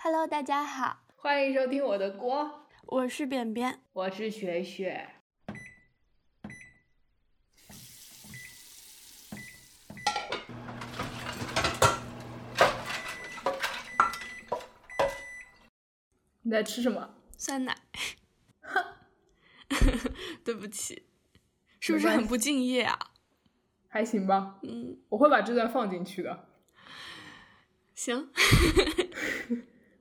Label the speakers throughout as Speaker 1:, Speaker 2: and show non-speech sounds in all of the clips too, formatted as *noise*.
Speaker 1: Hello，大家好，
Speaker 2: 欢迎收听我的锅，
Speaker 1: 我是扁扁。
Speaker 2: 我是雪雪。你在吃什么？
Speaker 1: 酸奶， *laughs* 对不起，是不是很不敬业啊？
Speaker 2: 还行吧，
Speaker 1: 嗯，
Speaker 2: 我会把这段放进去的。
Speaker 1: 行，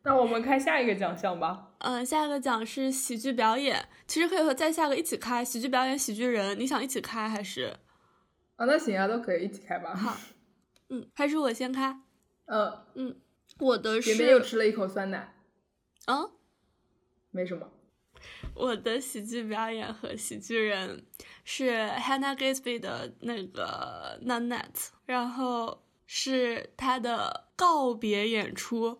Speaker 2: 那我们看下一个奖项吧。
Speaker 1: 嗯，下一个奖是喜剧表演，其实可以和再下个一起开，喜剧表演、喜剧人，你想一起开还是？
Speaker 2: 啊，那行啊，都可以一起开吧。
Speaker 1: 好嗯，还是我先开。
Speaker 2: *laughs* 嗯，
Speaker 1: 我的
Speaker 2: 别别又
Speaker 1: 是，
Speaker 2: 吃了一口酸奶，
Speaker 1: 嗯，
Speaker 2: 没什么。
Speaker 1: 我的喜剧表演和喜剧人是 Hannah Gatsby 的那个 Nanette，然后是她的告别演出。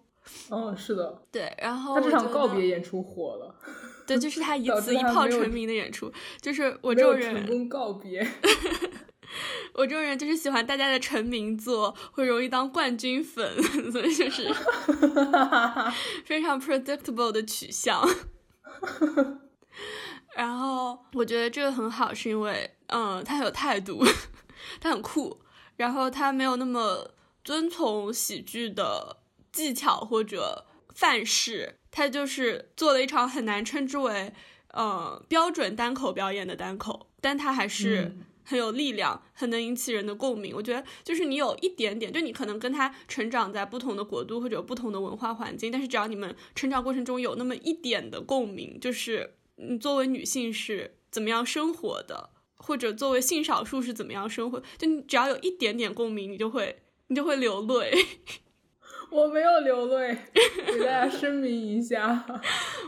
Speaker 2: 嗯，是的，
Speaker 1: 对，然后
Speaker 2: 他
Speaker 1: 哦
Speaker 2: 这
Speaker 1: 我
Speaker 2: 场
Speaker 1: 觉
Speaker 2: 告
Speaker 1: 得
Speaker 2: 别，演出火了。
Speaker 1: 对，就是她以
Speaker 2: *laughs* 导
Speaker 1: 此
Speaker 2: 致
Speaker 1: 一
Speaker 2: 她
Speaker 1: 炮
Speaker 2: 没有
Speaker 1: 成名的演出，就是我
Speaker 2: 没
Speaker 1: 这种
Speaker 2: 有成
Speaker 1: 人，
Speaker 2: 功告别。
Speaker 1: 我这种人就是喜欢大家的成名作，会容易当冠军粉， *laughs* 所以就是非常 predictable 的取向。然后我觉得这个很好，是因为嗯，他很有态度，他很酷，然后他没有那么遵从喜剧的技巧或者范式，他就是做了一场很难称之为呃标准单口表演的单口，但他还是。
Speaker 2: 嗯
Speaker 1: 很有力量，很能引起人的共鸣。我觉得就是你有一点点，就你可能跟他成长在不同的国度或者有不同的文化环境，但是只要你们成长过程中有那么一点的共鸣，就是你作为女性是怎么样生活的，或者作为性少数是怎么样生活，就你只要有一点点共鸣，你就会你就会流泪。 *laughs*
Speaker 2: 我没有流泪， *laughs* 给大家声明一下，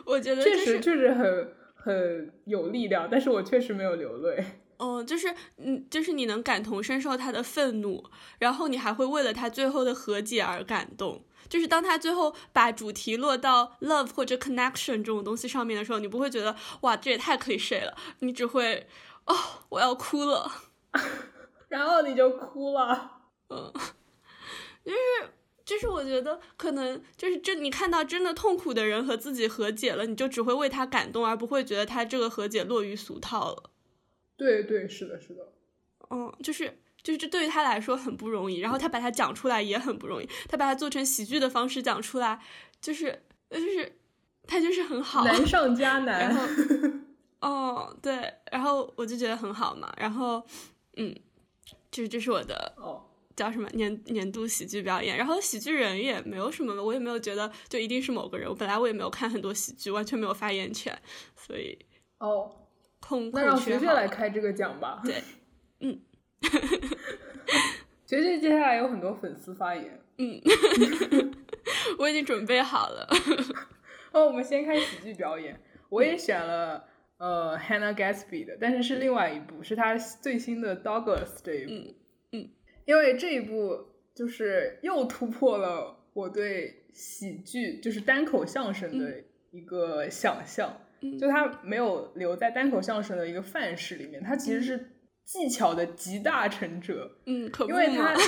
Speaker 1: 我觉得
Speaker 2: 确
Speaker 1: 这
Speaker 2: 实
Speaker 1: 是，
Speaker 2: 确实很很有力量，但是我确实没有流泪。
Speaker 1: 嗯、就是嗯，就是你能感同身受他的愤怒，然后你还会为了他最后的和解而感动。就是当他最后把主题落到 love 或者 connection 这种东西上面的时候，你不会觉得哇这也太 cliche 了，你只会哦我要哭了。 *laughs*
Speaker 2: 然后你就哭了，
Speaker 1: 就是我觉得可能就是真你看到真的痛苦的人和自己和解了，你就只会为他感动，而不会觉得他这个和解落于俗套了。
Speaker 2: 对对，是的，是的，
Speaker 1: 嗯，就是就是这对于他来说很不容易，然后他把它讲出来也很不容易，他把它做成喜剧的方式讲出来，就是就是他就是很好。
Speaker 2: 难上加
Speaker 1: 然
Speaker 2: *laughs*
Speaker 1: 后
Speaker 2: 难。，
Speaker 1: 哦，对，然后我就觉得很好嘛。然后，嗯，这这是我的
Speaker 2: 哦，
Speaker 1: 叫什么年年度喜剧表演，然后喜剧人也没有什么，我也没有觉得就一定是某个人。我本来我也没有看很多喜剧，完全没有发言权，所以
Speaker 2: 哦，
Speaker 1: 空空
Speaker 2: 那让
Speaker 1: 缺
Speaker 2: 学学
Speaker 1: 好
Speaker 2: 来
Speaker 1: 了
Speaker 2: 开这个奖吧。
Speaker 1: 对，
Speaker 2: *laughs*
Speaker 1: 嗯，
Speaker 2: 学学接下来有很多粉丝发言。
Speaker 1: 我已经准备好了。
Speaker 2: 哦，我们先看喜剧表演，我
Speaker 1: 嗯
Speaker 2: 也选了。呃，Hannah Gatsby 的，但是是另外一部，是她最新的 Douglas 这一部。
Speaker 1: 嗯嗯
Speaker 2: 因为这一部就是又突破了我对喜剧，就是单口相声的一个想象。
Speaker 1: 嗯
Speaker 2: 就它没有留在单口相声的一个范式里面，它其实是技巧的集大成者，
Speaker 1: 嗯，可不
Speaker 2: 因为它 *laughs*
Speaker 1: 嘛，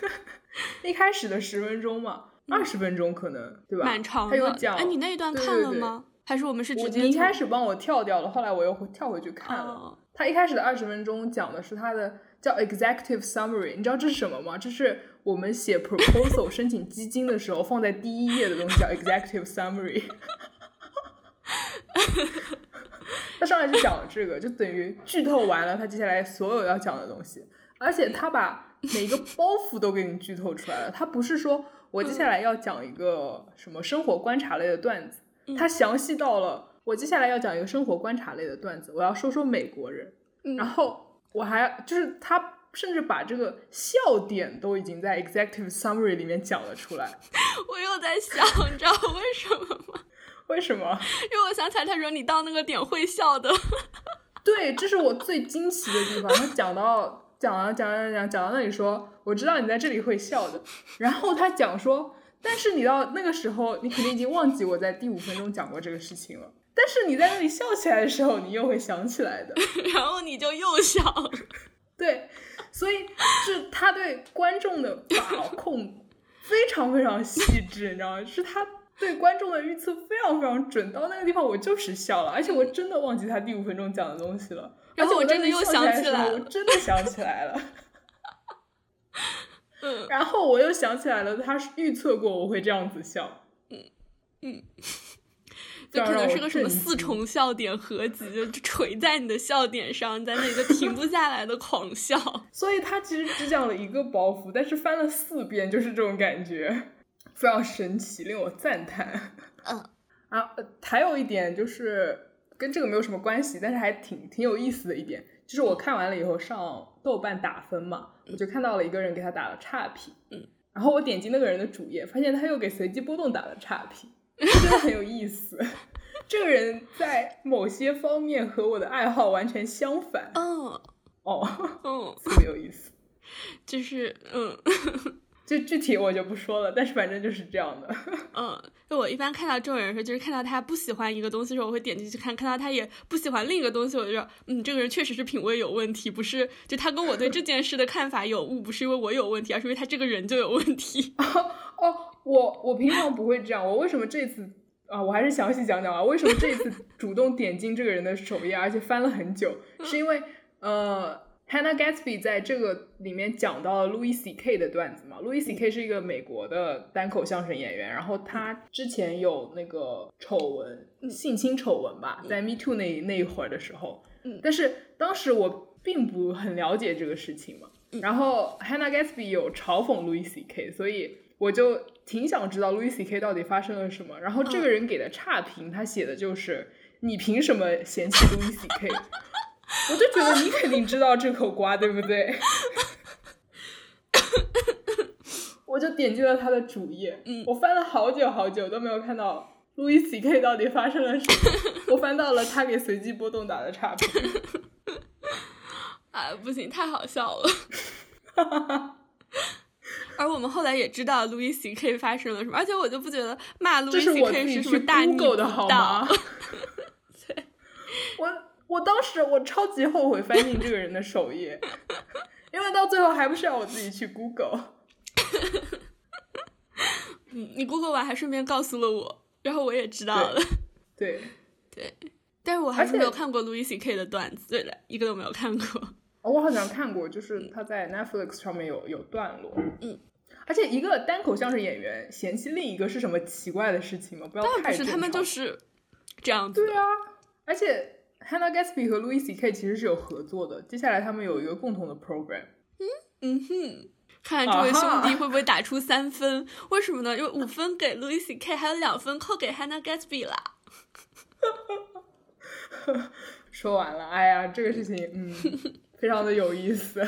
Speaker 1: *laughs*
Speaker 2: 一开始的十分钟嘛，二十分钟可能对
Speaker 1: 嗯
Speaker 2: 吧？
Speaker 1: 蛮长
Speaker 2: 它有
Speaker 1: 的。
Speaker 2: 讲，
Speaker 1: 哎，你那一段
Speaker 2: 对
Speaker 1: 看
Speaker 2: 对
Speaker 1: 了
Speaker 2: 对
Speaker 1: 吗？还是我们是
Speaker 2: 我
Speaker 1: 直
Speaker 2: 你
Speaker 1: 接
Speaker 2: 一
Speaker 1: 从
Speaker 2: 开始帮我跳掉了，后来我又回跳回去看了。
Speaker 1: 哦，
Speaker 2: 他一开始的二十分钟讲的是他的叫 executive summary，你知道这是什么吗？这是我们写 proposal 申请基金的时候放在第一页的东西，叫 executive summary。他上来就讲了这个，就等于剧透完了他接下来所有要讲的东西，而且他把每个包袱都给你剧透出来了。他不是说我接下来要讲一个什么生活观察类的段子，他详细到了我接下来要讲一个生活观察类的段子，我要说说美国人，
Speaker 1: 嗯
Speaker 2: 然后我还就是他甚至把这个笑点都已经在 executive summary 里面讲了出来。
Speaker 1: 我又在想，你知道为什么吗？
Speaker 2: 为什么？ *laughs*
Speaker 1: 因为我想起来，他说你到那个点会笑的。 *laughs*
Speaker 2: 对，这是我最惊奇的地方。他讲到讲啊讲啊讲啊讲到那里说，我知道你在这里会笑的。然后他讲说，但是你到那个时候，你肯定已经忘记我在第五分钟讲过这个事情了。但是你在那里笑起来的时候，你又会想起来的。
Speaker 1: 然后你就又笑了。
Speaker 2: 对，所以是他对观众的把控非常非常细致，你知道吗？是他对观众的预测非常非常准，到那个地方我就是笑了，而且我真的忘记他第五分钟讲的东西了，
Speaker 1: 然后
Speaker 2: 而且
Speaker 1: 我真的
Speaker 2: 在那
Speaker 1: 又
Speaker 2: 笑
Speaker 1: 想
Speaker 2: 来的
Speaker 1: 起
Speaker 2: 时候
Speaker 1: 来
Speaker 2: 我
Speaker 1: 了
Speaker 2: 真的想起来了，
Speaker 1: *laughs* 嗯
Speaker 2: 然后我又想起来了，他是预测过我会这样子笑，
Speaker 1: 嗯就可
Speaker 2: 让
Speaker 1: 能
Speaker 2: 我
Speaker 1: 是个什么
Speaker 2: 震
Speaker 1: 四
Speaker 2: 惊
Speaker 1: 重笑点合集，就垂在你的笑点上，你在那个停不下来的狂笑。 *laughs*
Speaker 2: 所以他其实只讲了一个包袱，但是翻了四遍，就是这种感觉，非常神奇，令我赞叹。
Speaker 1: 嗯
Speaker 2: *laughs* 啊，呃还有一点就是跟这个没有什么关系，但是还挺挺有意思的一点，就是我看完了以后上豆瓣打分嘛，我就看到了一个人给他打了差评，
Speaker 1: 嗯，
Speaker 2: 然后我点击那个人的主页，发现他又给随机波动打了差评，就觉得很有意思。 *laughs* 这个人在某些方面和我的爱好完全相反
Speaker 1: 嗯
Speaker 2: 哦， *laughs*
Speaker 1: 嗯，
Speaker 2: 特别有意思。
Speaker 1: 就是嗯。
Speaker 2: 就具体我就不说了，但是反正就是这样的。 *laughs*
Speaker 1: 嗯，就我一般看到这种人的时候，就是看到他不喜欢一个东西的时候，我会点进去看；看到他也不喜欢另一个东西，我就说，嗯，这个人确实是品味有问题，不是就他跟我对这件事的看法有误，不是因为我有问题，而是因为他这个人就有问题。 *laughs*
Speaker 2: 哦，我我平常不会这样，我为什么这次啊？我还是详细讲讲啊，为什么这次主动点进这个人的首页，而且翻了很 *laughs* 久，是因为呃，Hannah Gatsby 在这个里面讲到了 Louis C.K. 的段子嘛。Louis C.K. 是一个美国的单口相声演员，然后他之前有那个丑闻，性侵丑闻吧，在 Me Too 那那一会儿的时候，
Speaker 1: 嗯
Speaker 2: 但是当时我并不很了解这个事情嘛。然后 Hannah Gatsby 有嘲讽 Louis C.K.，所以我就挺想知道 Louis C.K. 到底发生了什么。然后这个人给的差评，他写的就是“你凭什么嫌弃 Louis C.K.”，我就觉得你肯定知道这口瓜，对不对？ *laughs* 我就点击了他的主页，
Speaker 1: 嗯
Speaker 2: 我翻了好久好久都没有看到 Louis C.K. 到底发生了什么，我翻到了他给随机波动打的差评。
Speaker 1: 啊，不行，太好笑了。 *laughs* 而我们后来也知道 Louis C.K. 发生了什么，而且我就不觉得骂 Louis
Speaker 2: 这是我
Speaker 1: C.K.
Speaker 2: 自己
Speaker 1: 是什
Speaker 2: 去
Speaker 1: 么大逆
Speaker 2: Google
Speaker 1: 不
Speaker 2: 的
Speaker 1: 道。
Speaker 2: 好吗？
Speaker 1: *laughs*
Speaker 2: 我我当时我超级后悔翻进这个人的首页， *laughs* 因为到最后还不是要我自己去 Google。
Speaker 1: 嗯你 Google 完还顺便告诉了我，然后我也知道了。
Speaker 2: 对，
Speaker 1: *laughs* 但是我还
Speaker 2: 而
Speaker 1: 是
Speaker 2: 且
Speaker 1: 没有看过 Louis C.K. 的段子，对的，一个都没有看过。
Speaker 2: 哦我好像看过，就是他在 Netflix 上面有有段落。
Speaker 1: 嗯，
Speaker 2: 而且一个单口相声演员嫌弃另一个是什么奇怪的事情吗？不要
Speaker 1: 但
Speaker 2: 太
Speaker 1: 不是，
Speaker 2: 正
Speaker 1: 他们
Speaker 2: 常
Speaker 1: 就是这样子
Speaker 2: 对
Speaker 1: 的。
Speaker 2: 啊，而且 Hannah Gatsby 和 Louis C.K. 其实是有合作的，接下来他们有一个共同的 program。
Speaker 1: 嗯哼，看这位
Speaker 2: 啊
Speaker 1: 兄
Speaker 2: 哈
Speaker 1: 弟会不会打出三分？为什么呢？因为五分给 Louis C.K.，还有两分扣给 Hannah Gatsby 啦。
Speaker 2: 说完了，哎呀，这个事情，嗯，非常的有意思。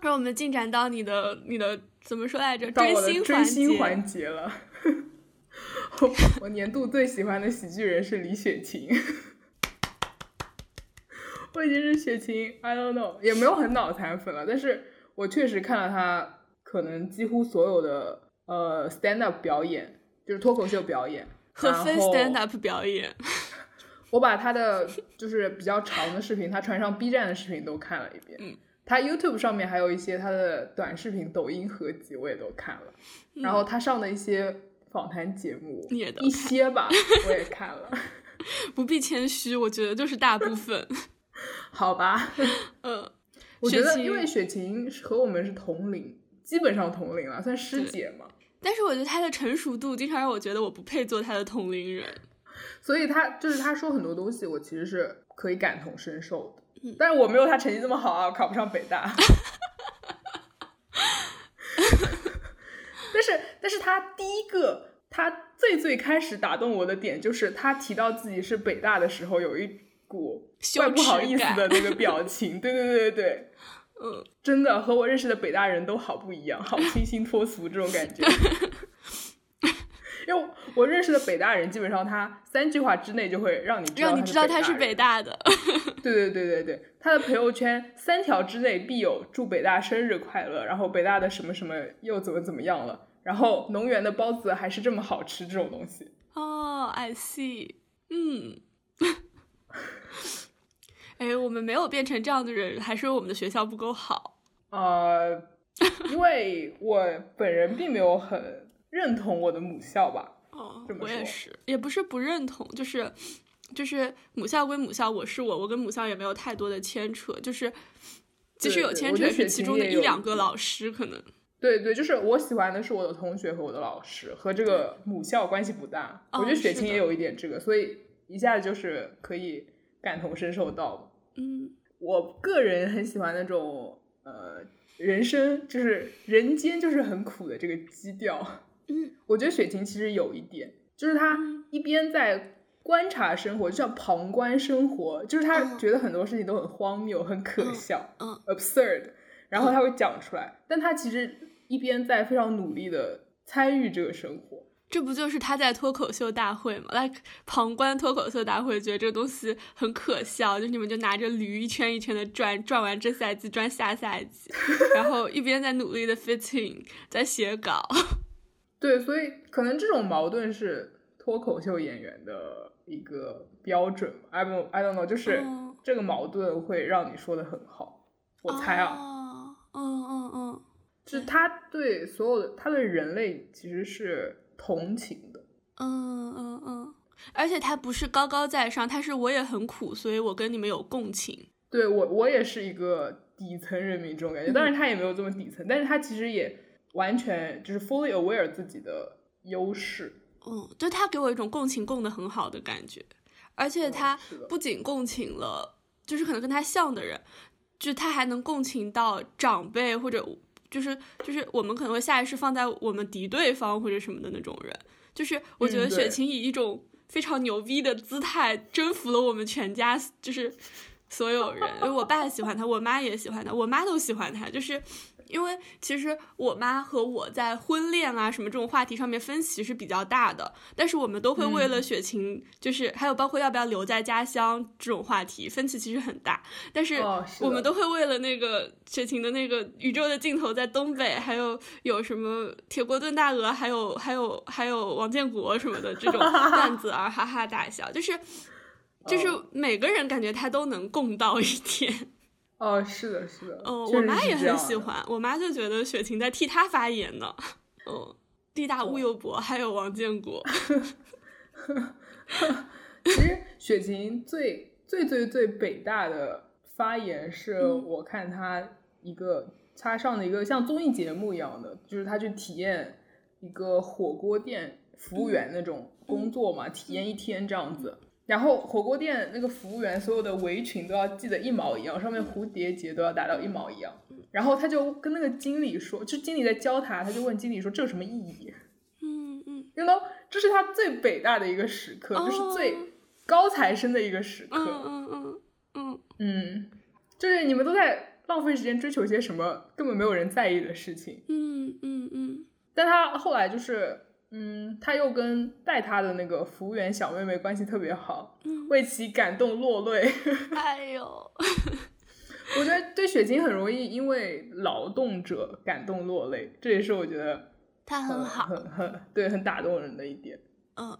Speaker 1: 让我们进展到你的你的怎么说来着？
Speaker 2: 到我的
Speaker 1: 星
Speaker 2: 追
Speaker 1: 环节。
Speaker 2: 星环节了。我我年度最喜欢的喜剧人是李雪琴。我已经是雪琴，I don't know，也没有很脑残粉了，但是我确实看了她可能几乎所有的呃 stand up 表演，就是脱口秀表演
Speaker 1: 和非 stand。
Speaker 2: 然后
Speaker 1: up 表演，
Speaker 2: 我把她的就是比较长的视频，她传上 B 站的视频都看了一遍。
Speaker 1: 嗯
Speaker 2: 她 YouTube 上面还有一些她的短视频、抖音合集，我也都看了。然后他上的一些访谈节目，
Speaker 1: 嗯你也都
Speaker 2: 一些
Speaker 1: *laughs*
Speaker 2: 吧，我也看了， *laughs*
Speaker 1: 不必谦虚，我觉得就是大部分。
Speaker 2: 好吧。
Speaker 1: 嗯，
Speaker 2: 我觉
Speaker 1: 雪
Speaker 2: 得
Speaker 1: 琴
Speaker 2: 因为雪琴是和我们是同龄，基本上同龄了，算师姐嘛，
Speaker 1: 但是我觉得他的成熟度经常让我觉得我不配做他的同龄人。
Speaker 2: 所以她就是她说很多东西，我其实是可以感同身受的。但是我没有她成绩这么好啊，我考不上北大。但是，但是她第一个，她最最开始打动我的点，就是她提到自己是北大的时候，有一股
Speaker 1: 羞
Speaker 2: 怪不好
Speaker 1: 耻
Speaker 2: 意思
Speaker 1: 感
Speaker 2: 的那个表情。对对对对对，
Speaker 1: *laughs* 嗯，
Speaker 2: 真的和我认识的北大人都好不一样，好清新脱俗这种感
Speaker 1: *laughs*
Speaker 2: 觉。因为我认识的北大人，基本上他三句话之内就会让你知道
Speaker 1: 让你知道他是
Speaker 2: 北
Speaker 1: 北大的。
Speaker 2: 大人。对对对对对，他的朋友圈三条之内必有祝北大生日快乐，然后北大的什么什么又怎么怎么样了，然后农园的包子还是这么好吃这种东西。
Speaker 1: 哦、i see，嗯， *laughs* 哎，我们没有变成这样的人，还是我们的学校不够好。
Speaker 2: 呃，因为我本人并没有很认同我的母校吧，
Speaker 1: 哦
Speaker 2: 这，么
Speaker 1: 我也
Speaker 2: 说
Speaker 1: 是，也不是不认同，就是就是母校归母校，我是我，我跟母校也没有太多的牵扯，就是即使
Speaker 2: 对
Speaker 1: 有
Speaker 2: 对
Speaker 1: 牵
Speaker 2: 我
Speaker 1: 扯，
Speaker 2: 觉得
Speaker 1: 也是
Speaker 2: 雪
Speaker 1: 其
Speaker 2: 晴
Speaker 1: 中的
Speaker 2: 也
Speaker 1: 一
Speaker 2: 有
Speaker 1: 两个老师可能。
Speaker 2: 对对，就是我喜欢的是我的同学和我的老师，和这个母校关系不大。
Speaker 1: 哦
Speaker 2: 我觉得雪
Speaker 1: 是
Speaker 2: 晴
Speaker 1: 的
Speaker 2: 也有一点这个，所以一下子就是可以感同身受到。
Speaker 1: 嗯，
Speaker 2: 我个人很喜欢那种呃，人生就是人间就是很苦的这个基调。
Speaker 1: 嗯，
Speaker 2: *laughs* 我觉得雪晴其实有一点，就是她一边在观察生活，就像旁观生活，就是她
Speaker 1: 嗯
Speaker 2: 觉得很多事情都很荒谬、很可
Speaker 1: 嗯
Speaker 2: 笑、
Speaker 1: 嗯
Speaker 2: absurd，然后她会讲出来，但她其实一边在非常努力的参与这个生活。
Speaker 1: 这不就是他在脱口秀大会嘛？like 旁观脱口秀大会，觉得这个东西很可笑，就是你们就拿着驴一圈一圈的转，转完这赛季转下赛
Speaker 2: *laughs*
Speaker 1: 季，然后一边在努力的 fitting，在写稿。
Speaker 2: 对，所以可能这种矛盾是脱口秀演员的一个标准吧。I don't I don't know，就是
Speaker 1: 哦
Speaker 2: 这个矛盾会让你说的很好。 *laughs* 我猜啊，
Speaker 1: 啊，嗯嗯嗯，
Speaker 2: 就是他对所有的，他对人类其实是同情的。
Speaker 1: 嗯嗯嗯，而且他不是高高在上，他是我也很苦，所以我跟你们有共情。
Speaker 2: 对我，我也是一个底层人民这种感
Speaker 1: 嗯
Speaker 2: 觉，当然他也没有这么底层，但是他其实也完全就是 fully aware 自己的优势。
Speaker 1: 嗯，就他给我一种共情共的很好的感觉，而且
Speaker 2: 嗯
Speaker 1: 他
Speaker 2: 是的
Speaker 1: 不仅共情了，就是可能跟他像的人，就他还能共情到长辈或者就是就是我们可能会下意识放在我们敌对方或者什么的那种人。就是我觉
Speaker 2: 嗯
Speaker 1: 得雪
Speaker 2: 对
Speaker 1: 晴以一种非常牛逼的姿态征服了我们全家，就是所有人。因为我爸喜欢他，我妈也喜欢他，我妈都喜欢他，就是。因为其实我妈和我在婚恋啊什么这种话题上面分歧是比较大的，但是我们都会为
Speaker 2: 嗯
Speaker 1: 了雪晴，就是还有包括要不要留在家乡这种话题分歧其实很大，但是
Speaker 2: 哦是的
Speaker 1: 我们都会为了那个雪晴的那个宇宙的尽头在东北，还有有什么铁锅炖大鹅，还有还有还有王建国什么的
Speaker 2: *laughs*
Speaker 1: 这种段子而哈哈大笑，就是就是
Speaker 2: 哦
Speaker 1: 每个人感觉他都能共到一点。
Speaker 2: 哦，是的，是的。
Speaker 1: 哦，
Speaker 2: 确
Speaker 1: 我
Speaker 2: 实
Speaker 1: 妈
Speaker 2: 是
Speaker 1: 也
Speaker 2: 这
Speaker 1: 很
Speaker 2: 样
Speaker 1: 喜
Speaker 2: 的。
Speaker 1: 欢，我妈就觉得雪晴在替她发言呢。哦，地大物又博，还有王建国。 *laughs*
Speaker 2: 其实雪晴最最最最北大的发言是
Speaker 1: 嗯
Speaker 2: 我看她一个她上的一个像综艺节目一样的，就是她去体验一个火锅店服务员那种工作嘛，体验一天这样子。然后火锅店那个服务员所有的围裙都要系得一毛一样，上面蝴蝶结都要达到一毛一样。然后他就跟那个经理说，就经理在教他，他就问经理说这有什么意义？
Speaker 1: 嗯嗯
Speaker 2: you know，这是他最北大的一个时刻，
Speaker 1: 哦
Speaker 2: 就是最高材生的一个时
Speaker 1: 嗯
Speaker 2: 刻。
Speaker 1: 嗯嗯嗯，
Speaker 2: 嗯，就是你们都在浪费时间追求一些什么根本没有人在意的事情。
Speaker 1: 嗯嗯嗯 *laughs*
Speaker 2: 但他后来就是，嗯，他又跟带他的那个服务员小妹妹关系特别好，
Speaker 1: 嗯
Speaker 2: 为其感动落泪。 *laughs*
Speaker 1: 嗯，哎呦，
Speaker 2: 我觉得对雪晶很容易因为劳动者感动落泪，这也是我觉得
Speaker 1: 他很
Speaker 2: 呃
Speaker 1: 好，
Speaker 2: 很很对，很打动人的一点。
Speaker 1: 嗯，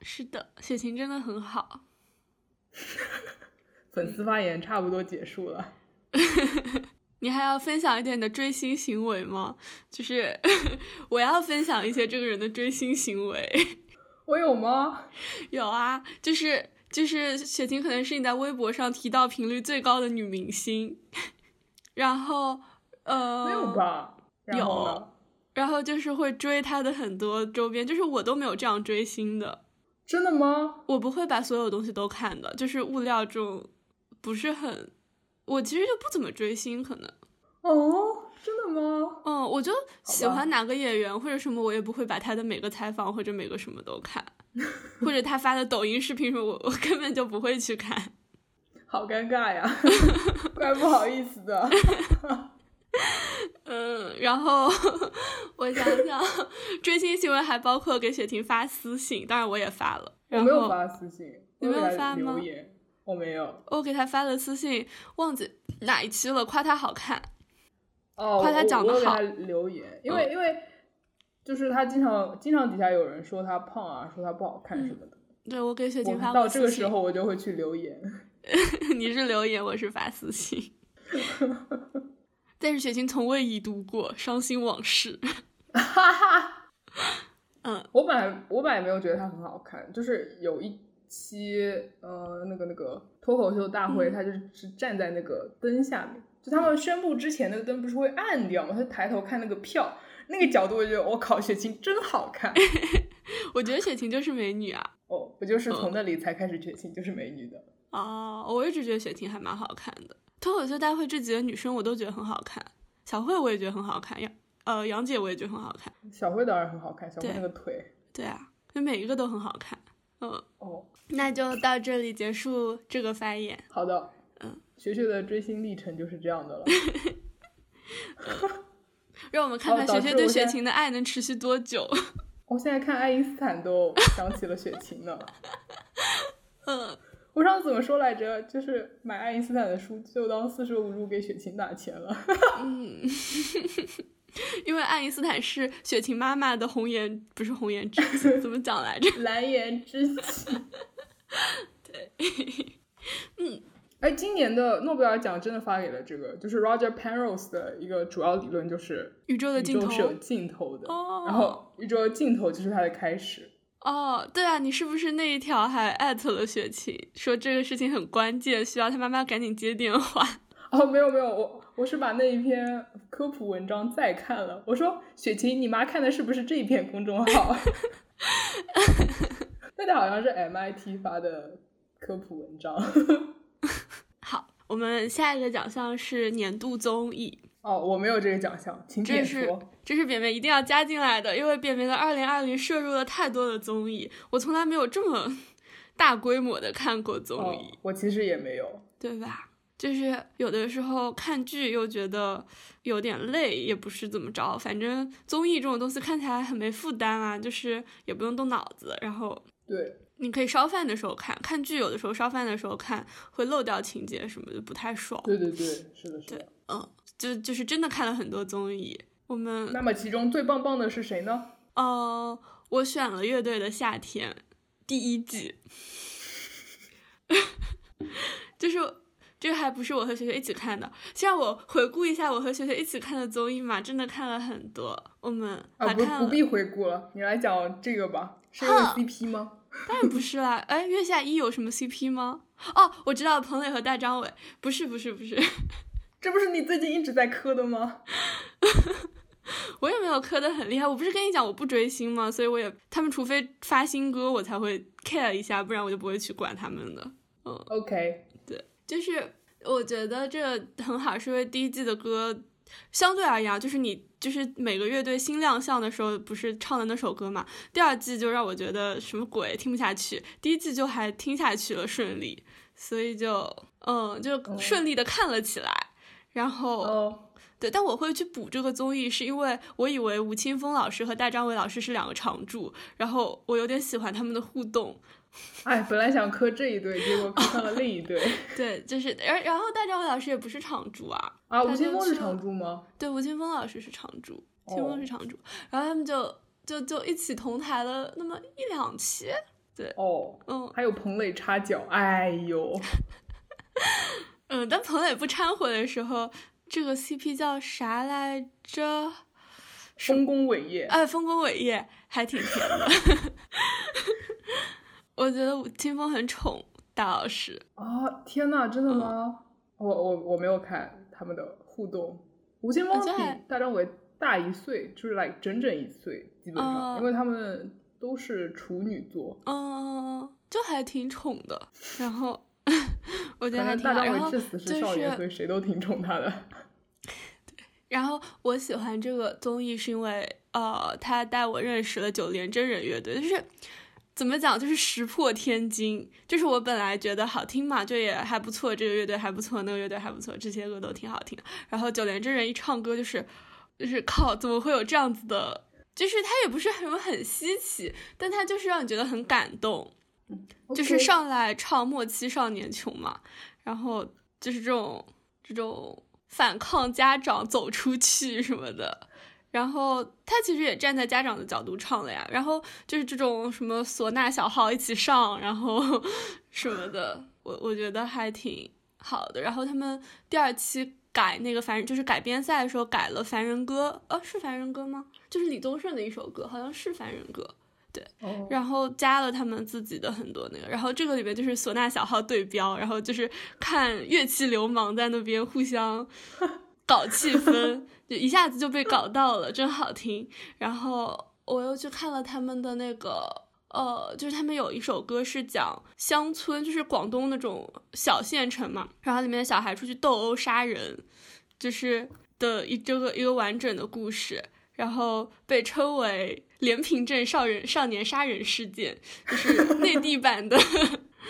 Speaker 1: 是的，雪晴真的很好。
Speaker 2: 粉
Speaker 1: 嗯
Speaker 2: 丝发言差不多结束了。
Speaker 1: 你还要分享一点你的追星行为吗？就是 *laughs* 我要分享一些这个人的追星行为。 *laughs*
Speaker 2: 我有吗？
Speaker 1: 有啊，就是就是雪晴可能是你在微博上提到频率最高的女明星， *laughs* 然后呃，
Speaker 2: 没有？吧？然后
Speaker 1: 有
Speaker 2: 呢
Speaker 1: 然后就是会追她的很多周边，就是我都没有这样追星的，
Speaker 2: 真的吗？
Speaker 1: 我不会把所有东西都看的，就是物料这种不是很，我其实就不怎么追星，可能。
Speaker 2: 哦，真的吗？
Speaker 1: 嗯，我就喜
Speaker 2: 好吧
Speaker 1: 欢哪个演员或者什么，我也不会把他的每个采访或者每个什么都
Speaker 2: *laughs*
Speaker 1: 看，或者他发的抖音视频什么，我我根本就不会去看。
Speaker 2: 好尴
Speaker 1: *laughs*
Speaker 2: 尬呀，怪不好意思的。
Speaker 1: 嗯，然后 *laughs* 我想想， *laughs* 追星行为还包括给雪婷发私信，当然我也发了。
Speaker 2: 我
Speaker 1: 然
Speaker 2: 没有
Speaker 1: 后
Speaker 2: 发私信，
Speaker 1: 你
Speaker 2: 我
Speaker 1: 没有
Speaker 2: 给他
Speaker 1: 发吗
Speaker 2: 留言，我没有。
Speaker 1: 我给她发了私信，忘记哪一期了，夸她好看。
Speaker 2: 哦，
Speaker 1: 夸他
Speaker 2: 我
Speaker 1: 长得
Speaker 2: 我有给
Speaker 1: 好嗯
Speaker 2: 他留言，因为、因为就是他经常经常底下有人说他胖啊，说他不好看什么的。
Speaker 1: 对，我给雪
Speaker 2: 我
Speaker 1: 婷嗯发过
Speaker 2: 到
Speaker 1: 私
Speaker 2: 这个
Speaker 1: 信
Speaker 2: 时，候我就会去留言。
Speaker 1: *laughs* 你是留言，我是发私信。 *laughs* 但是雪晴从未已读过伤心往事。
Speaker 2: 哈哈，
Speaker 1: 嗯，
Speaker 2: 我本来我本来没有觉得它很好看，就是有一期呃那个那个脱口秀大会，
Speaker 1: 嗯
Speaker 2: 他就是是站在那个灯下面，就他们宣布之前那个灯不是会暗掉吗？他抬头看那个票，那个角度我就觉得我靠，雪晴真好
Speaker 1: *laughs*
Speaker 2: 看
Speaker 1: 我觉得雪晴就是美女啊。
Speaker 2: 哦，我就是从那里才开始决心就是美女的。
Speaker 1: 哦，我一直觉得雪晴还蛮好看的。脱口秀大会这几个女生我都觉得很好看，小慧我也觉得很好看，杨呃杨姐我也觉得很好看。
Speaker 2: 小慧当然很好看，小慧
Speaker 1: 对
Speaker 2: 那个腿
Speaker 1: 对啊，就每一个都很好看。嗯，
Speaker 2: 哦，
Speaker 1: 那就到这里结束这个发言。
Speaker 2: 好的，
Speaker 1: 嗯，
Speaker 2: 学学的追星历程就是这样的了。
Speaker 1: 让我们看看
Speaker 2: 哦导
Speaker 1: 学
Speaker 2: 致
Speaker 1: 学对
Speaker 2: 我现
Speaker 1: 雪
Speaker 2: 在
Speaker 1: 晴的爱能持续多久。
Speaker 2: 我现在看爱因斯坦都想起了雪晴呢。
Speaker 1: *laughs* 嗯，
Speaker 2: 我上次怎么说来着？就是买爱因斯坦的书，就当四舍五入给雪晴打钱了。
Speaker 1: 因为爱因斯坦是雪晴妈妈的红颜，不是红颜知己，怎么讲来着？
Speaker 2: 蓝颜知己。
Speaker 1: *laughs*
Speaker 2: 对，嗯，
Speaker 1: 嗯
Speaker 2: 哎，今年的诺贝尔奖真的发给了这个，就是 Roger Penrose 的一个主要理论，就是
Speaker 1: 宇宙的
Speaker 2: 宇
Speaker 1: 尽
Speaker 2: 宙是有
Speaker 1: 头。
Speaker 2: 尽头的，
Speaker 1: 哦
Speaker 2: 然后宇宙的尽头就是它的开始。
Speaker 1: 哦，对啊，你是不是那一条还艾特了雪晴，说这个事情很关键，需要她妈妈赶紧接电话？
Speaker 2: *laughs* 哦，没有没有，我我是把那一篇科普文章再看了。我说雪晴，你妈看的是不是这一篇公众号？ *laughs* 那个好像是 MIT 发的科普文章。 *laughs*
Speaker 1: 好，我们下一个奖项是年度综艺，
Speaker 2: 哦，我没有这个奖项，请
Speaker 1: 这
Speaker 2: 点
Speaker 1: 是
Speaker 2: 说。
Speaker 1: 这是扁扁一定要加进来的，因为扁扁的二零二零摄入了太多的综艺，我从来没有这么 *laughs* 大规模的看过综
Speaker 2: 哦
Speaker 1: 艺。，
Speaker 2: 我其实也没有。
Speaker 1: 对吧？就是有的时候看剧又觉得有点累，也不是怎么着，反正综艺这种东西看起来很没负担啊，就是也不用动脑子，然后
Speaker 2: 对，
Speaker 1: 你可以烧饭的时候看，看剧有的时候烧饭的时候看会漏掉情节什么的，不太爽。
Speaker 2: 对对对，是的，是
Speaker 1: 对
Speaker 2: 的。
Speaker 1: 嗯，就就是真的看了很多综艺，我们
Speaker 2: 那么其中最棒棒的是谁呢？
Speaker 1: 呃，我选了乐队的夏天第一季， *laughs* 就是这还不是我和学学一起看的。现在我回顾一下我和学学一起看的综艺嘛，真的看了很多。我们
Speaker 2: 啊，
Speaker 1: 还
Speaker 2: 不
Speaker 1: 看
Speaker 2: 不
Speaker 1: 了，
Speaker 2: 必回顾了，你来讲这个吧。是因为
Speaker 1: 哼
Speaker 2: CP 吗？
Speaker 1: 当然不是啦。哎，月下一有什么 CP 吗？哦，我知道彭磊和大张伟，不是不是不是， *laughs*
Speaker 2: 这不是你最近一直在磕的吗？
Speaker 1: 我也没有磕的很厉害。我不是跟你讲我不追星吗？所以我也他们除非发新歌我才会 care 一下，不然我就不会去管他们的。
Speaker 2: OK，
Speaker 1: 就是我觉得这很好，是因为第一季的歌相对而言，啊，就是你就是每个乐队新亮相的时候，不是唱的那首歌嘛？第二季就让我觉得什么鬼听不下去，第一季就还听下去了，顺利，所以就嗯，就顺利的看了起来。然后
Speaker 2: 哦，
Speaker 1: 对，但我会去补这个综艺，是因为我以为吴青峰老师和大张伟老师是两个常驻，然后我有点喜欢他们的互动，
Speaker 2: *laughs* 哎，本来想磕这一对，结果磕上了另一对。
Speaker 1: 对，就是，然然后大张伟老师也不是常驻啊， *laughs*
Speaker 2: 啊，
Speaker 1: 他
Speaker 2: 吴青
Speaker 1: 就
Speaker 2: 峰是
Speaker 1: 去
Speaker 2: 常驻吗？
Speaker 1: 对，吴青峰老师是常驻，青
Speaker 2: 哦
Speaker 1: 峰是常驻，然后他们就就就一起同台了那么一两期，
Speaker 2: 哦，
Speaker 1: 嗯
Speaker 2: 还有彭磊插脚，哎呦，
Speaker 1: 嗯，但彭磊不掺和的时候，这个 CP 叫啥来着？
Speaker 2: 丰功伟业。
Speaker 1: 哎，丰功伟业还挺甜的， *laughs* 我觉得吴青峰很宠大老师，
Speaker 2: 啊，天呐，真的吗？我我我没有看他们的互动。吴青峰
Speaker 1: 我觉得还
Speaker 2: 比大张伟大一岁，就是 like 整整一岁，基本上，
Speaker 1: 哦
Speaker 2: 因为他们都是处女座，
Speaker 1: 嗯，就还挺宠的，然后 *laughs* 我觉得
Speaker 2: 可
Speaker 1: 还
Speaker 2: 能
Speaker 1: 挺
Speaker 2: 大
Speaker 1: 好，
Speaker 2: 张
Speaker 1: 然后
Speaker 2: 伟至死
Speaker 1: 就是是
Speaker 2: 少年，所以谁都挺宠他的。
Speaker 1: 然后我喜欢这个综艺是因为，呃，他带我认识了九连真人乐队，就是怎么讲，就是石破天惊。就是我本来觉得好听嘛，就也还不错，这个乐队还不错，那个乐队还不错，这些歌都挺好听的。然后九连真人一唱歌，就是就是靠，怎么会有这样子的？就是他也不是什么很稀奇，但他就是让你觉得很感动。就是上来唱《莫欺少年穷》嘛，然后就是这种这种反抗家长走出去什么的。然后他其实也站在家长的角度唱了呀，然后就是这种什么唢呐小号一起上，然 *laughs* 后什么的，我我觉得还挺好的。然后他们第二期改那个凡人，就是改编赛的时候改了《凡人歌》，呃，是《凡人歌》吗？就是李宗盛的一首歌，好像是《凡人歌》。对，
Speaker 2: 嗯哦
Speaker 1: 然后加了他们自己的很多那个，然后这个里面就是唢呐小号对标，然后就是看乐器流氓在那边互相搞气氛，就一下子就被搞到了，真好听。然后我又去看了他们的那个。呃，就是他们有一首歌是讲乡村，就是广东那种小县城嘛，然后里面的小孩出去斗殴杀人，就是的一这个一个完整的故事，然后被称为连平镇少人少年杀人事件，就是内地版的 *laughs*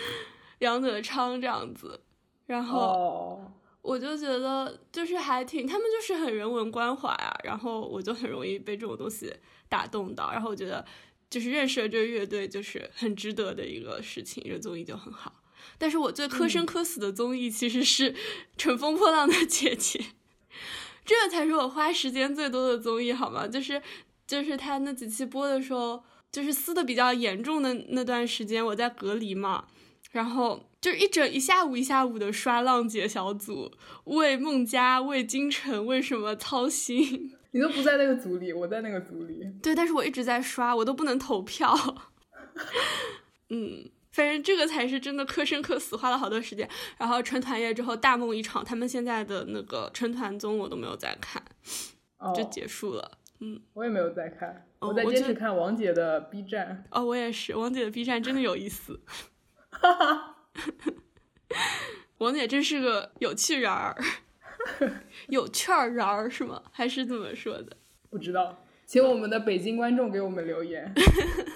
Speaker 1: 杨德昌这样子，然后。
Speaker 2: 哦
Speaker 1: 我就觉得就是还挺，他们就是很人文关怀啊，然后我就很容易被这种东西打动到，然后我觉得就是认识了这个乐队就是很值得的一个事情，这综艺就很好。但是我最磕生磕死的综艺其实是《 *laughs* 乘风破浪的姐姐》，这才是我花时间最多的综艺，好吗？就是就是他那几期播的时候，就是撕的比较严重的那段时间，我在隔离嘛，然后就一整一下午一下午的刷浪姐小组，为孟佳、为金晨、为什么操心？ *laughs*
Speaker 2: 你都不在那个组里，我在那个组里。
Speaker 1: 对，但是我一直在刷，我都不能投票。 *laughs* 嗯，反正这个才是真的磕生磕死，花了好多时间。然后成团夜之后大梦一场，他们现在的那个成团综我都没有再看，
Speaker 2: 哦，
Speaker 1: 就结束了。
Speaker 2: 我也没有在看，
Speaker 1: 哦
Speaker 2: 我在
Speaker 1: 我
Speaker 2: 坚
Speaker 1: 就
Speaker 2: 持看王姐的 B 站。
Speaker 1: 哦，我也是，王姐的 B 站真的有意思， *laughs*
Speaker 2: 哈哈，
Speaker 1: 王姐真是个有趣人儿， *laughs* 有趣儿人儿是吗？还是怎么说的？
Speaker 2: 不知道，请我们的北京观众给我们留言。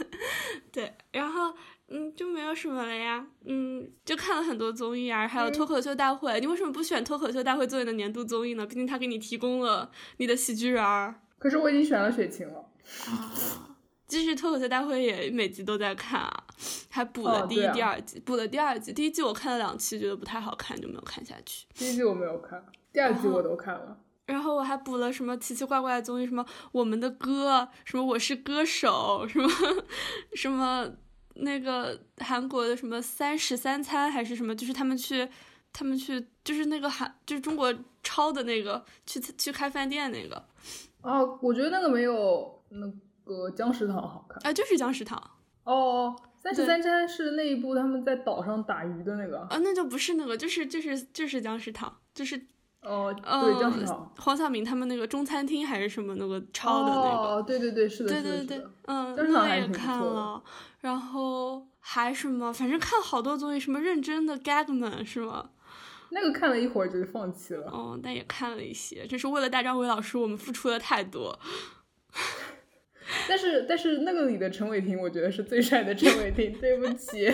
Speaker 2: *laughs*
Speaker 1: 对，然后嗯，就没有什么了呀，嗯，就看了很多综艺啊，还
Speaker 2: 嗯
Speaker 1: 有脱口秀大会。你为什么不选脱口秀大会作为你的年度综艺呢？毕竟它给你提供了你的喜剧人儿。
Speaker 2: 可是我已经选了雪晴了。
Speaker 1: 就是脱口秀大会也每集都在看啊，还补了
Speaker 2: 哦
Speaker 1: 第一、
Speaker 2: 对啊
Speaker 1: 第二季，补了第二季，第一季我看了两期，觉得不太好看，就没有看下去。
Speaker 2: 第一季我没有看，第二季我都看了。
Speaker 1: 然后我还补了什么奇奇怪怪的综艺，什么我们的歌，什么我是歌手，什么什么那个韩国的什么三十三餐还是什么，就是他们去他们去就是那个韩就是中国抄的那个去去开饭店那个
Speaker 2: 哦，我觉得那个没有那个《僵尸堂》好看。
Speaker 1: 啊，就是姜食堂
Speaker 2: 哦哦，三
Speaker 1: 对
Speaker 2: 十三餐是那一部他们在岛上打鱼的那个。
Speaker 1: 啊，那就不是那个，就是就是就是姜食堂，就是
Speaker 2: 哦，对，
Speaker 1: 呃
Speaker 2: 《僵尸堂
Speaker 1: 黄晓明他们那个中餐厅还是什么那个》。抄的那个。
Speaker 2: 哦，对对对，是的，
Speaker 1: 对
Speaker 2: 是的，
Speaker 1: 对
Speaker 2: 是
Speaker 1: 对
Speaker 2: 的。，
Speaker 1: 嗯，
Speaker 2: 但是好像
Speaker 1: 那
Speaker 2: 还
Speaker 1: 也
Speaker 2: 挺不
Speaker 1: 看
Speaker 2: 错的
Speaker 1: 了，然后还什么，反正看好多综艺，什么认真的 Gagman 是吗？
Speaker 2: 那个看了一会儿就放弃了。
Speaker 1: 哦，但也看了一些，就是为了大张伟老师，我们付出了太多。
Speaker 2: 但是但是那个里的陈伟霆，我觉得是最帅的陈伟霆。对不起，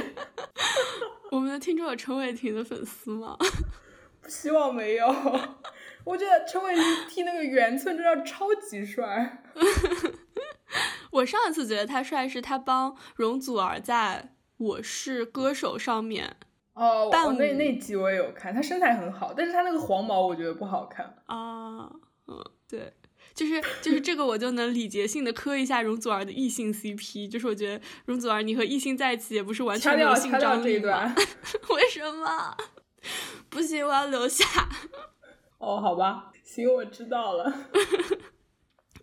Speaker 1: 我们的听众有陈伟霆的粉丝吗？ *laughs*
Speaker 2: 希望没有。 *laughs* 我觉得陈伟霆剃那个圆寸真的超级帅。
Speaker 1: 我上一次觉得他帅是他帮容祖儿在《我是歌手》上面
Speaker 2: 哦，
Speaker 1: 伴
Speaker 2: 我那
Speaker 1: 舞
Speaker 2: 那集我也有看，他身材很好，但是他那个黄毛我觉得不好看。
Speaker 1: 啊，嗯，对。就是就是这个，我就能礼节性的磕一下容祖儿的异性 CP。就是我觉得容祖儿你和异性在一起也不是完
Speaker 2: 掐
Speaker 1: 全没有
Speaker 2: 掉
Speaker 1: 性
Speaker 2: 掐掉
Speaker 1: 张
Speaker 2: 这
Speaker 1: 力
Speaker 2: 一
Speaker 1: 嘛。
Speaker 2: 段。
Speaker 1: *laughs* 为什么？不行，我要留下。
Speaker 2: *laughs* 哦，好吧，行，我知道了。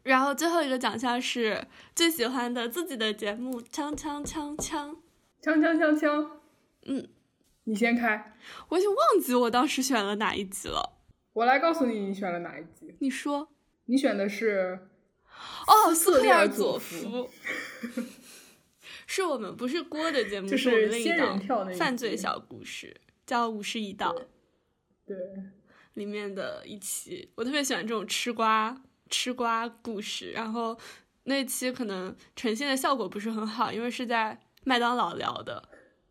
Speaker 1: 然后最后一个奖项是最喜欢的自己的节目，锵锵锵锵。
Speaker 2: 锵锵锵锵，
Speaker 1: 嗯，
Speaker 2: 你先开，
Speaker 1: 我已经忘记我当时选了哪一集了。
Speaker 2: 我来告诉你你选了哪一集。
Speaker 1: 你说？
Speaker 2: 你选的是
Speaker 1: 哦，斯佩尔
Speaker 2: 佐
Speaker 1: 佐
Speaker 2: 夫
Speaker 1: 夫。是我们不是锅的节目，
Speaker 2: 就是
Speaker 1: 是我们另
Speaker 2: 仙
Speaker 1: 一
Speaker 2: 人
Speaker 1: 档
Speaker 2: 跳那一集
Speaker 1: 犯罪小故事，叫《五十一道》
Speaker 2: 对，
Speaker 1: 里面的一期，我特别喜欢这种吃瓜吃瓜故事。然后那期可能呈现的效果不是很好，因为是在麦当劳聊的，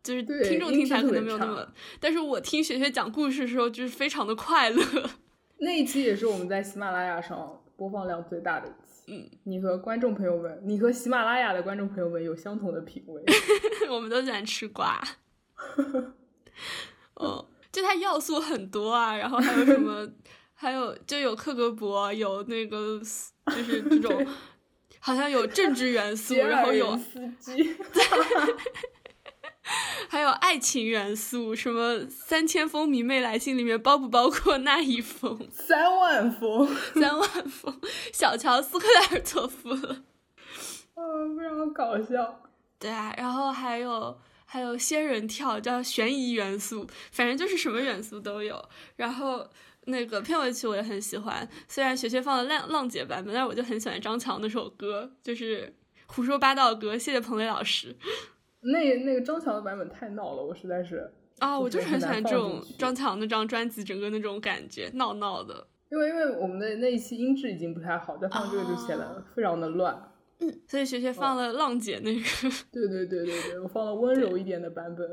Speaker 1: 就是
Speaker 2: 对
Speaker 1: 听众听起来
Speaker 2: 音质
Speaker 1: 可
Speaker 2: 特别
Speaker 1: 能没有那么
Speaker 2: 差。
Speaker 1: 但是我听雪雪讲故事的时候，就是非常的快乐。 *laughs*
Speaker 2: 那一期也是我们在喜马拉雅上播放量最大的一期。
Speaker 1: 嗯，
Speaker 2: 你和观众朋友们，你和喜马拉雅的观众朋友们有相同的品味。
Speaker 1: 我们都喜欢吃
Speaker 2: *laughs*
Speaker 1: 瓜。哦，就它要素很多啊，然后还有什么，还有就有克格勃，有那个就是这
Speaker 2: *laughs*
Speaker 1: 种，好像有政治元素，
Speaker 2: 杰
Speaker 1: 然后
Speaker 2: 尔
Speaker 1: 有
Speaker 2: 斯基，
Speaker 1: 还有有爱情元素，什么《三千封迷妹来信》里面包不包括那一 *laughs* 封？
Speaker 2: *laughs* 三万封，
Speaker 1: 三万封，小乔斯克莱尔佐夫了。
Speaker 2: 嗯，非常搞笑。
Speaker 1: 对啊，然后还有还有仙人跳，叫悬疑元素，反正就是什么元素都有。然后那个片尾曲我也很喜欢，虽然学学放的浪浪姐版本，但是我就很喜欢张强那首歌，就是胡说八道的歌。谢谢彭磊老师。
Speaker 2: 那那个张强的版本太闹了，我实在是
Speaker 1: 啊，我就是很喜欢这种张
Speaker 2: 张，
Speaker 1: 强那张专辑整个那种感觉，闹闹的。
Speaker 2: 因为因为我们的那一期音质已经不太好，再放这个就显得非常的乱。
Speaker 1: 所以学学放了浪姐那个。 *laughs*
Speaker 2: 对对对对对，我放了温柔一点的版本。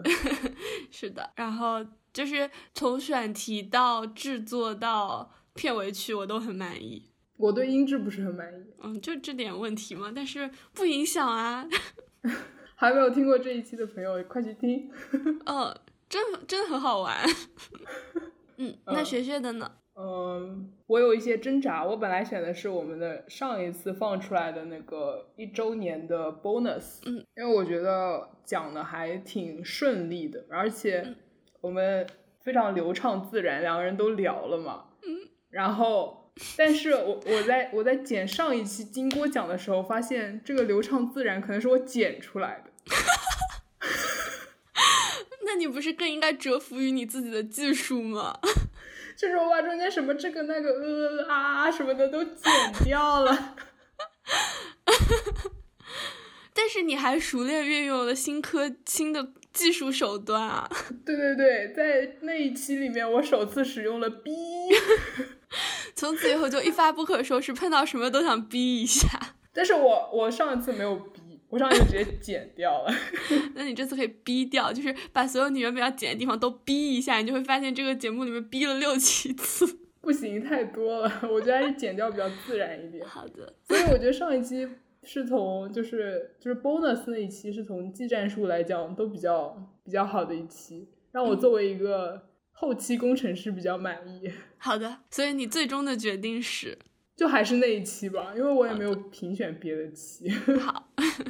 Speaker 1: 是的，然后就是从选题到制作到片尾曲，我都很满意。
Speaker 2: 我对音质不是很满意，
Speaker 1: 嗯，就这点问题嘛，但是不影响啊。
Speaker 2: 还没有听过这一期的朋友，快去听。
Speaker 1: 嗯，真真很好玩。 *laughs* 嗯，那
Speaker 2: 嗯
Speaker 1: 学学的呢？
Speaker 2: 嗯，我有一些挣扎。我本来选的是我们的上一次放出来的那个一周年的 bonus，
Speaker 1: 嗯，
Speaker 2: 因为我觉得讲的还挺顺利的，而且我们非常流畅自然，两个人都聊了嘛，嗯， *laughs* 然后，但是我我在我在剪上一期金锅奖的时候，发现这个流畅自然可能是我剪出来的，
Speaker 1: 那你不是更应该折服于你自己的技术吗？ *laughs*
Speaker 2: 就是我把中间什么这个那个呃呃啊啊什么的都剪掉了，
Speaker 1: 但是你还熟练运用了新科新的技术手段啊！ *laughs*
Speaker 2: 对对对，在那一期里面，我首次使用了“哔”，
Speaker 1: 从此以后就一发不可收拾，碰到什么都想逼一下。
Speaker 2: 但是我我上一次没有“哔”，我上一次直接剪掉了。 *laughs*
Speaker 1: 那你这次可以逼掉，就是把所有你原本要剪的地方都逼一下，你就会发现这个节目里面逼了六七次。 *laughs*
Speaker 2: 不行，太多了，我觉得还是剪掉比较自然一点。
Speaker 1: 好的，
Speaker 2: 所以我觉得上一期是从就是就是 bonus 那一期是从技战术来讲都比较比较好的一期，让我作为一个后期工程师比较满意。
Speaker 1: 好的。所以你最终的决定是，
Speaker 2: 就还是那一期吧，因为我也没有评选别的期。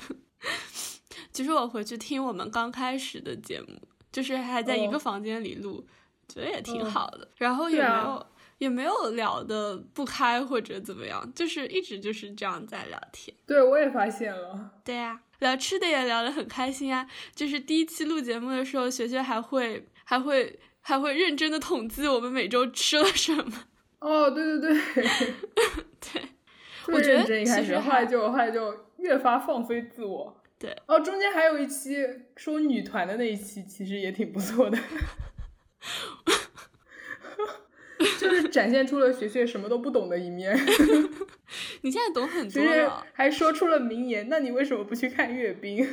Speaker 2: *laughs*
Speaker 1: 其实我回去听我们刚开始的节目，就是还在一
Speaker 2: 哦
Speaker 1: 个房间里录，觉得也挺
Speaker 2: 嗯
Speaker 1: 好的。然后也
Speaker 2: 对
Speaker 1: 没
Speaker 2: 啊
Speaker 1: 有、也没有聊的不开或者怎么样，就是一直就是这样在聊天。
Speaker 2: 对，我也发现了，
Speaker 1: 对呀、聊吃的也聊得很开心啊。就是第一期录节目的时候，学学还会还会还会认真的统计我们每周吃了什么。 *laughs*
Speaker 2: 哦，对对对，
Speaker 1: 对，
Speaker 2: 特
Speaker 1: 我
Speaker 2: 别
Speaker 1: 觉得
Speaker 2: 认真，一开
Speaker 1: 其实
Speaker 2: 始，后
Speaker 1: 还
Speaker 2: 来就后来就越发放飞自我。
Speaker 1: 对，
Speaker 2: 哦，中间还有一期说女团的那一期，其实也挺不错的，就是展现出了学学什么都不懂的
Speaker 1: *laughs*
Speaker 2: 一面。
Speaker 1: 你现在懂很多
Speaker 2: 学学
Speaker 1: 了。
Speaker 2: 还说出了名言，那你为什么不去看阅兵？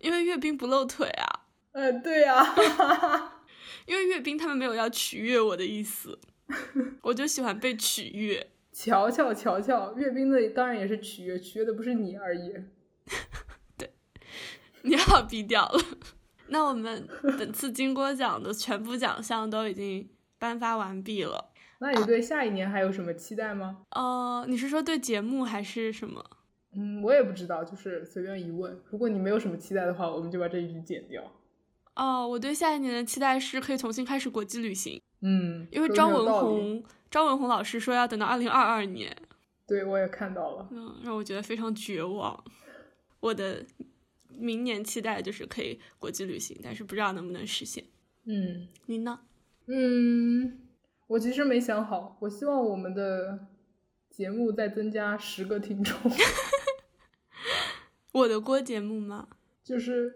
Speaker 1: 因为阅兵不露腿啊，
Speaker 2: 呃，对啊， *laughs*
Speaker 1: 因为阅兵他们没有要取悦我的意思，我就喜欢被取悦。
Speaker 2: 瞧瞧瞧瞧，阅兵的当然也是取悦，取悦的不是你而已。
Speaker 1: 你好，低调了。 *laughs* 那我们本次金锅奖的全部奖项都已经颁发完毕了。
Speaker 2: 那你对下一年还有什么期待吗？
Speaker 1: 呃，你是说对节目还是什么？
Speaker 2: 嗯，我也不知道，就是随便一问。如果你没有什么期待的话，我们就把这一句剪掉。
Speaker 1: 哦，我对下一年的期待是可以重新开始国际旅行，
Speaker 2: 嗯，
Speaker 1: 因为
Speaker 2: 说得
Speaker 1: 张
Speaker 2: 很有
Speaker 1: 文
Speaker 2: 道理，
Speaker 1: 宏，张文宏老师说要等到二零二二年，
Speaker 2: 对我也看到了。
Speaker 1: 嗯，让我觉得非常绝望。我的明年期待就是可以国际旅行，但是不知道能不能实现。
Speaker 2: 嗯
Speaker 1: 你呢？
Speaker 2: 嗯，我其实没想好，我希望我们的节目再增加十个听众， *laughs*
Speaker 1: 我的锅节目吗？
Speaker 2: 就是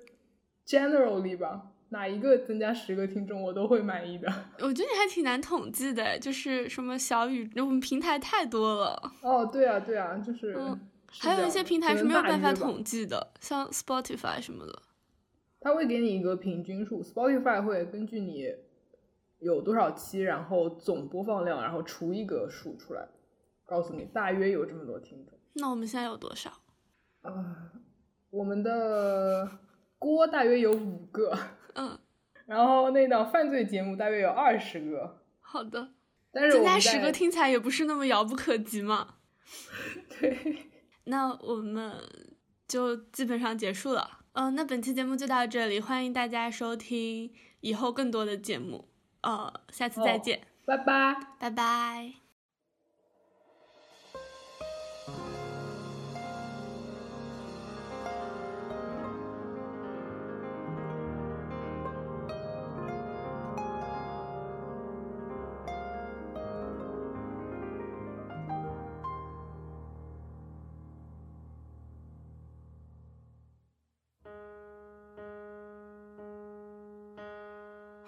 Speaker 2: generally 吧，哪一个增加十个听众我都会满意的。
Speaker 1: 我觉得你还挺难统计的，就是什么小宇，我们平台太多了，
Speaker 2: 哦，对啊，对啊，就是。
Speaker 1: 嗯
Speaker 2: 是
Speaker 1: 还有一
Speaker 2: 这样
Speaker 1: 些
Speaker 2: 的
Speaker 1: 平
Speaker 2: 只
Speaker 1: 台是
Speaker 2: 能
Speaker 1: 没有
Speaker 2: 大
Speaker 1: 办法
Speaker 2: 约吧
Speaker 1: 统计的，像 Spotify 什么的。
Speaker 2: 它会给你一个平均数，Spotify 会根据你有多少期，然后总播放量，然后除一个数出来，告诉你大约有这么多听众。
Speaker 1: 那我们现在有多少？
Speaker 2: 啊、我们的锅大约有五个，
Speaker 1: 嗯，
Speaker 2: *laughs* 然后那档犯罪节目大约有二十个，
Speaker 1: 好的，
Speaker 2: 但是
Speaker 1: 增
Speaker 2: 我
Speaker 1: 加
Speaker 2: 们
Speaker 1: 十
Speaker 2: 在
Speaker 1: 个听起来也不是那么遥不可及嘛。
Speaker 2: 对，
Speaker 1: 那我们就基本上结束了。嗯、那本期节目就到这里，欢迎大家收听以后更多的节目，呃，下次再
Speaker 2: 哦
Speaker 1: 见，
Speaker 2: 拜拜。
Speaker 1: 拜拜。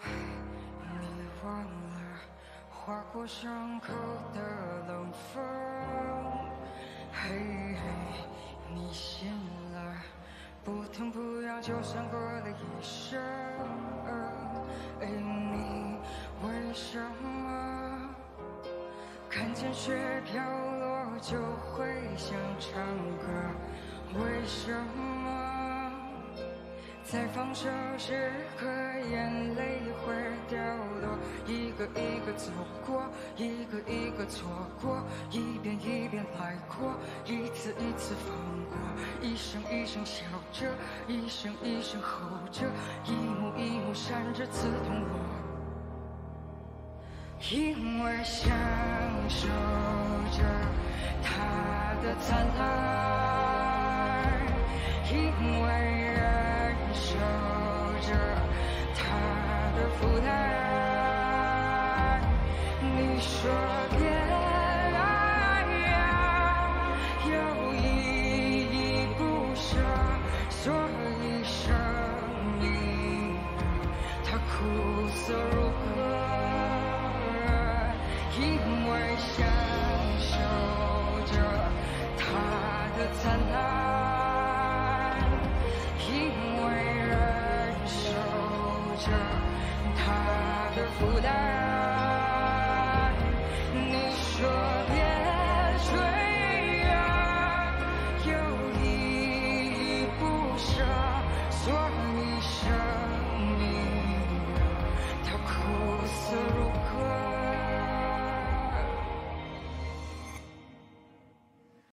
Speaker 3: 你忘了划过伤口的冷风，嘿嘿，你信了，不疼不痒就像过了一生。哎，你为什么看见雪飘落就会想唱歌？为什么？在放手时刻，眼泪会掉落，一个一个走过，一个一个错过，一遍一遍来过，一次一次放过，一声一声笑着，一声一声吼着，一幕一幕闪着刺痛我。因为享受着它的灿烂，因为忍受着它的负担。你说别爱呀，又依依不舍，所以生命它苦涩如歌，因为享受着它的灿烂，因为忍受着它的负担。你说别追呀，又依依不舍，所以生。啊